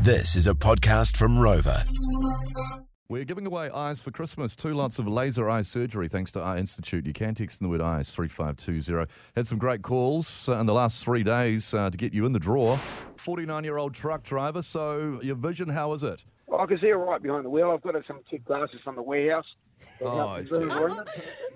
This is a podcast from Rover. We're giving away eyes for Christmas. Two lots of laser eye surgery thanks to Eye Institute. You can text in the word eyes 3520. Had some great calls uh, in the last three days uh, to get you in the draw. 49 year old truck driver. So, your vision, how is it? Well, I can see her Oh, right behind the wheel. I've got her some cheap glasses from the warehouse. Oh, Nothing's really wrong.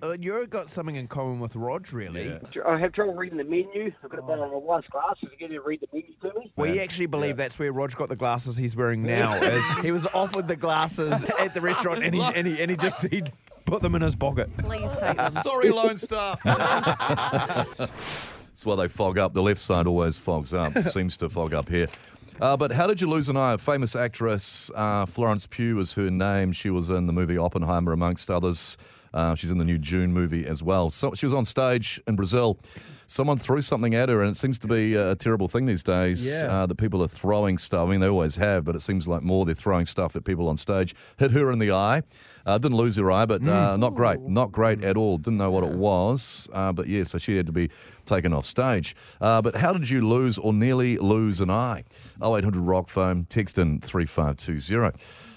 Uh, you've got something in common with Rod, really. I have trouble reading the menu. I've got a pair of wife's glasses to get her to read the menu to me. We actually believe that's where Rod got the glasses he's wearing now. is he was offered the glasses at the restaurant, and he and he, and he just he put them in his pocket. Please take them. Sorry, Lone Star. That's why they fog up. The left side always fogs up, seems to fog up here. Uh, but how did you lose an eye? Famous actress uh, Florence Pugh is her name. She was in the movie Oppenheimer, amongst others. Uh, she's in the new June movie as well. So she was on stage in Brazil. Someone threw something at her, and it seems to be a terrible thing these days Yeah. uh, that people are throwing stuff. I mean, they always have, but it seems like more they're throwing stuff at people on stage. Hit her in the eye. Uh, didn't lose her eye, but uh, not great. Not great at all. Didn't know what it was. Uh, but yeah, so she had to be taken off stage. Uh, but how did you lose or nearly lose an eye? 0800 Rock Phone, text in 3520.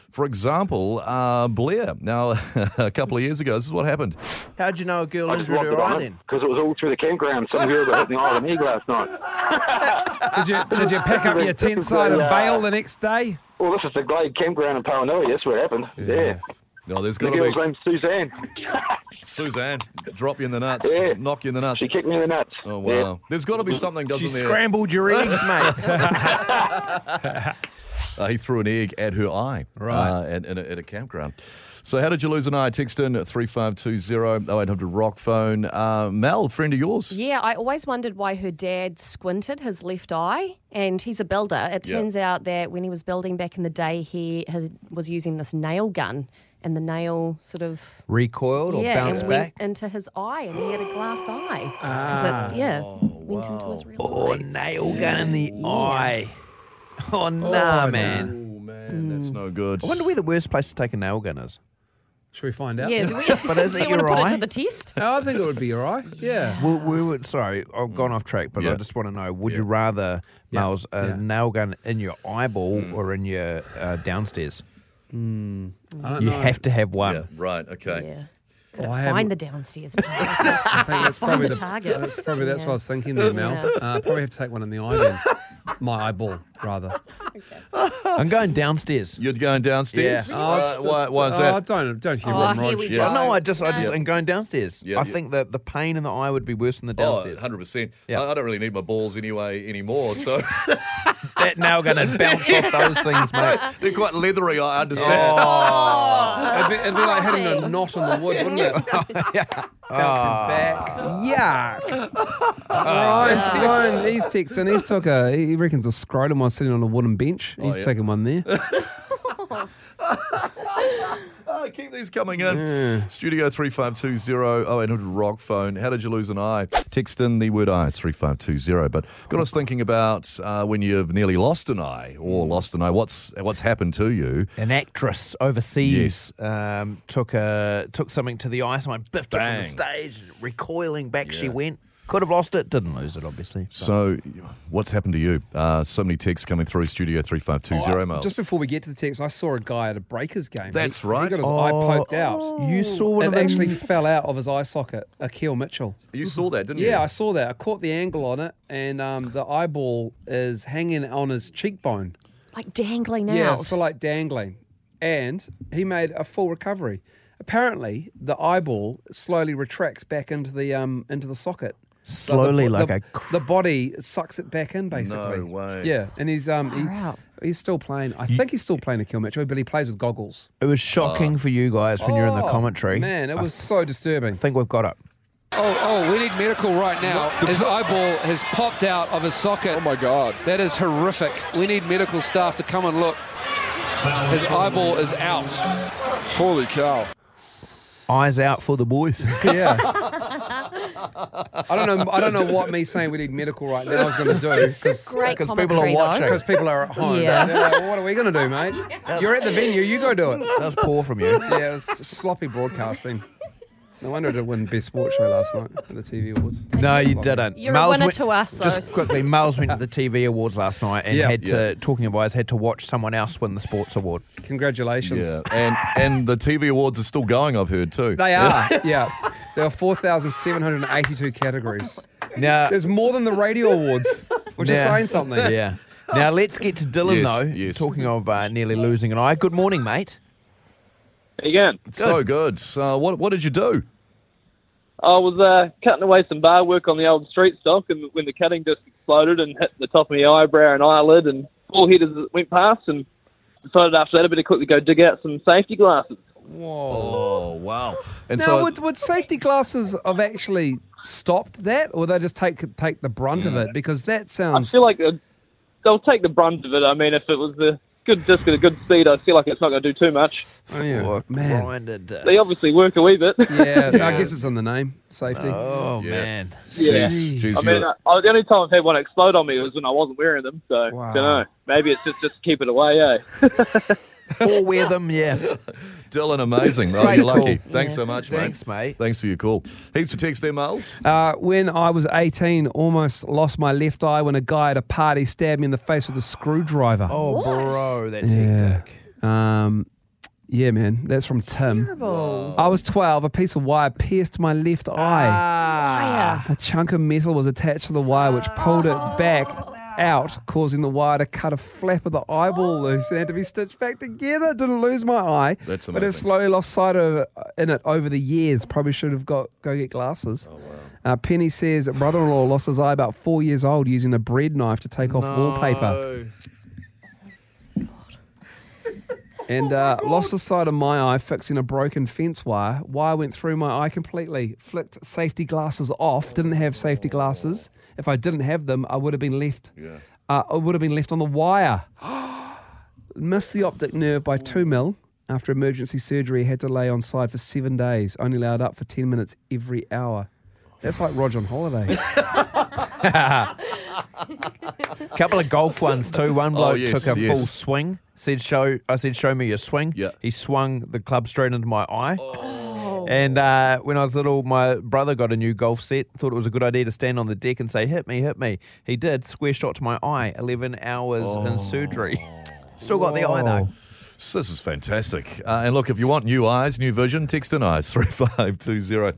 For example, uh, Blair. Now, a couple of years ago, this is what happened. How'd you know a girl I just injured walked her eye it then? because it was all through the campground. Some girl got hit in the eye with an egg last night. Did you did you pick up your tent side and bail the next day? Well, this is the Glade campground in Paranui. That's what happened. Yeah. Oh, there's The got to girl's be name's Suzanne. Suzanne. Drop you in the nuts, Yeah. knock you in the nuts. She kicked me in the nuts. Oh wow! Yeah. There's got to be something, doesn't She there? scrambled your eggs, mate. Uh, he threw an egg at her eye Right. uh, at, at, a, at a campground. So, how did you lose an eye? Text in at 3520 0800 Rock Phone. Uh, Mel, friend of yours. Yeah, I always wondered why her dad squinted his left eye, and he's a builder. It Yeah. turns out that when he was building back in the day, he had, was using this nail gun, and the nail sort of Recoiled or yeah, bounced and back? Ah. went into his eye, and he had a glass eye because it yeah went into his real Oh, eye. nail gun in the eye. Oh nah, man. Oh, man, that's no good. I wonder where the worst place to take a nail gun is. Should we find out? Yeah, do we, But is do it you want your to put eye? it to the test? Oh, I think it would be all right. Yeah. Well, we were, sorry, I've gone off track, but Yeah. I just want to know: Would you rather, Yeah. Miles, a Yeah. nail gun in your eyeball or in your uh, downstairs? I don't You know. have to have one. Yeah, right, okay. Yeah, could I it haven't- find the downstairs. Oh, I think that's Find probably the target. That's probably that's Yeah. what I was thinking there, Mel. Yeah. Uh, probably have to take one in the eye then. My eyeball, rather. I'm going downstairs. You're going downstairs? Yeah. Uh, it's- why, it's- why is Oh, that? don't don't hear Oh, Rob here we Rog. go. Yeah, no, I just, I just, No. and going downstairs. Yeah, I yeah. think that the pain in the eye would be worse than the Oh, downstairs. 100%. Yeah. I, I don't really need my balls anyway anymore, so that nail gun would bounce off those things, mate. they're quite leathery, I understand. Oh, It'd be, it'd be like hitting a knot in the wood, wouldn't it? yeah. Ah. Yuck. Ah. Ryan, Ryan, he's texting. He's took a, he reckons a scrotum was sitting on a wooden bench. He's yeah. taken one there. Oh, keep these coming in. Studio 3520 0800 Rock Phone. oh, How did you lose an eye? Text in the word eyes 3520. But got us thinking about uh, when you've nearly lost an eye or lost an eye, what's what's happened to you? An actress overseas um, took a took something to the eye. Someone biffed it Bang. from the stage, and recoiling back. She Yeah. went. Could have lost it. Didn't lose it, obviously. but- So, what's happened to you? Uh, so many texts coming through Studio 3520 Mel. Oh, Just before we get to the text, I saw a guy at a Breakers game. That's He- right. He got his eye Oh, poked out. You saw one of It them- actually fell out of his eye socket. Akil Mitchell. You saw that, didn't you? Yeah, I saw that. I caught the angle on it, and um, the eyeball is hanging on his cheekbone. Like dangling Yeah, out. so like dangling. And he made a full recovery. Apparently, the eyeball slowly retracts back into the um into the socket. So the Slowly, bo- like the, a cr- the body sucks it back in, basically. No way. Yeah, and he's um Far out. he, he's still playing. I think he's still playing a kill match, but he plays with goggles. It was Ah. shocking for you guys when you're in the Oh, commentary. Man, it I was so disturbing. think we've got it. Oh, oh, we need medical right now. His eyeball has popped out of his socket. Oh my God. That is horrific. We need medical staff to come and look. His eyeball is out. Holy cow. Eyes out for the boys. Yeah. I don't know. I don't know what me saying we need medical right now is going to do because Great Because people are commentary, though. watching. because people are at home. Yeah. They're like, "Well, what are we going to do, mate? You're at the venue. You go do it. That was poor from you. Yeah, it was sloppy broadcasting. No wonder I didn't win Best Sports Show last night at the TV awards. No, you didn't. You're a winner went- to us, though. Just quickly, Miles went to the TV awards last night and Yeah. had to, talking of eyes, had to watch someone else win the sports award. Congratulations. Yeah, and and the TV awards are still going. I've heard too. They are. yeah. There are 4,782 categories. Now, There's more than the radio awards, which is Nah. saying something. yeah. Now let's get to Dylan Yes, though. yes. Talking of uh, nearly losing an eye. Good morning, mate. Again, so good. So what what did you do? I was uh, cutting away some bar work on the old street stock, and when the cutting just exploded and hit the top of my eyebrow and eyelid and forehead as it went past, and decided after that I better quickly go dig out some safety glasses. Oh wow! And Now, so would, would safety glasses have actually stopped that, or they just take take the brunt of it? Because that I sounds feel like it- they'll take the brunt of it. I mean, if it was a good disc at a good speed, I feel like it's not going to do too much. Oh, yeah. Or man. grinded disc. They obviously work a wee bit. Yeah, I guess it's in the name, safety. Oh man. Yeah. Jeez, jeez, I mean, you- I, I- the only time I've had one explode on me was when I wasn't wearing them. So, Wow. don't know. Maybe it's just just keep it away, eh? or wear them, yeah. Dylan, amazing. Oh, Great you're lucky. call. Thanks Yeah. so much, mate. Thanks, mate. Thanks for your call. Heaps of text there, Miles. Uh, when I was 18, almost lost my left eye when a guy at a party stabbed me in the face with a screwdriver. Oh, What? bro, that's yeah. hectic. Um, yeah, man. That's from Tim. Terrible. I was 12. A piece of wire pierced my left eye. Ah. Fire. Ah, A chunk of metal was attached to the wire, which pulled it back out, causing the wire to cut a flap of the eyeball loose and had to be stitched back together. Didn't lose my eye, That's but amazing. have slowly lost sight of in it over the years. Probably should have got go get glasses. Oh, Uh, Penny says brother-in-law lost his eye about four years old using a bread knife to take off wallpaper, and uh, lost the sight of my eye fixing a broken fence wire. Wire went through my eye completely. Flicked safety glasses off. Didn't have safety glasses. If I didn't have them, I would have been left. Yeah. Uh, I would have been left on the wire. Missed the optic nerve by two mil. After emergency surgery, had to lay on side for seven days. Only allowed up for ten minutes every hour. That's like Roger on holiday. A couple of golf ones too. One bloke yes, took a yes. full swing. Said show. I said show me your swing. Yeah. He swung the club straight into my eye. Oh. And uh, when I was little, my brother got a new golf set. Thought it was a good idea to stand on the deck and say, "Hit me, hit me." He did. Square shot to my eye. Eleven hours in surgery. Still got the eye Oh, though. This is fantastic. Uh, and look, if you want new eyes, new vision, text in eyes 3520.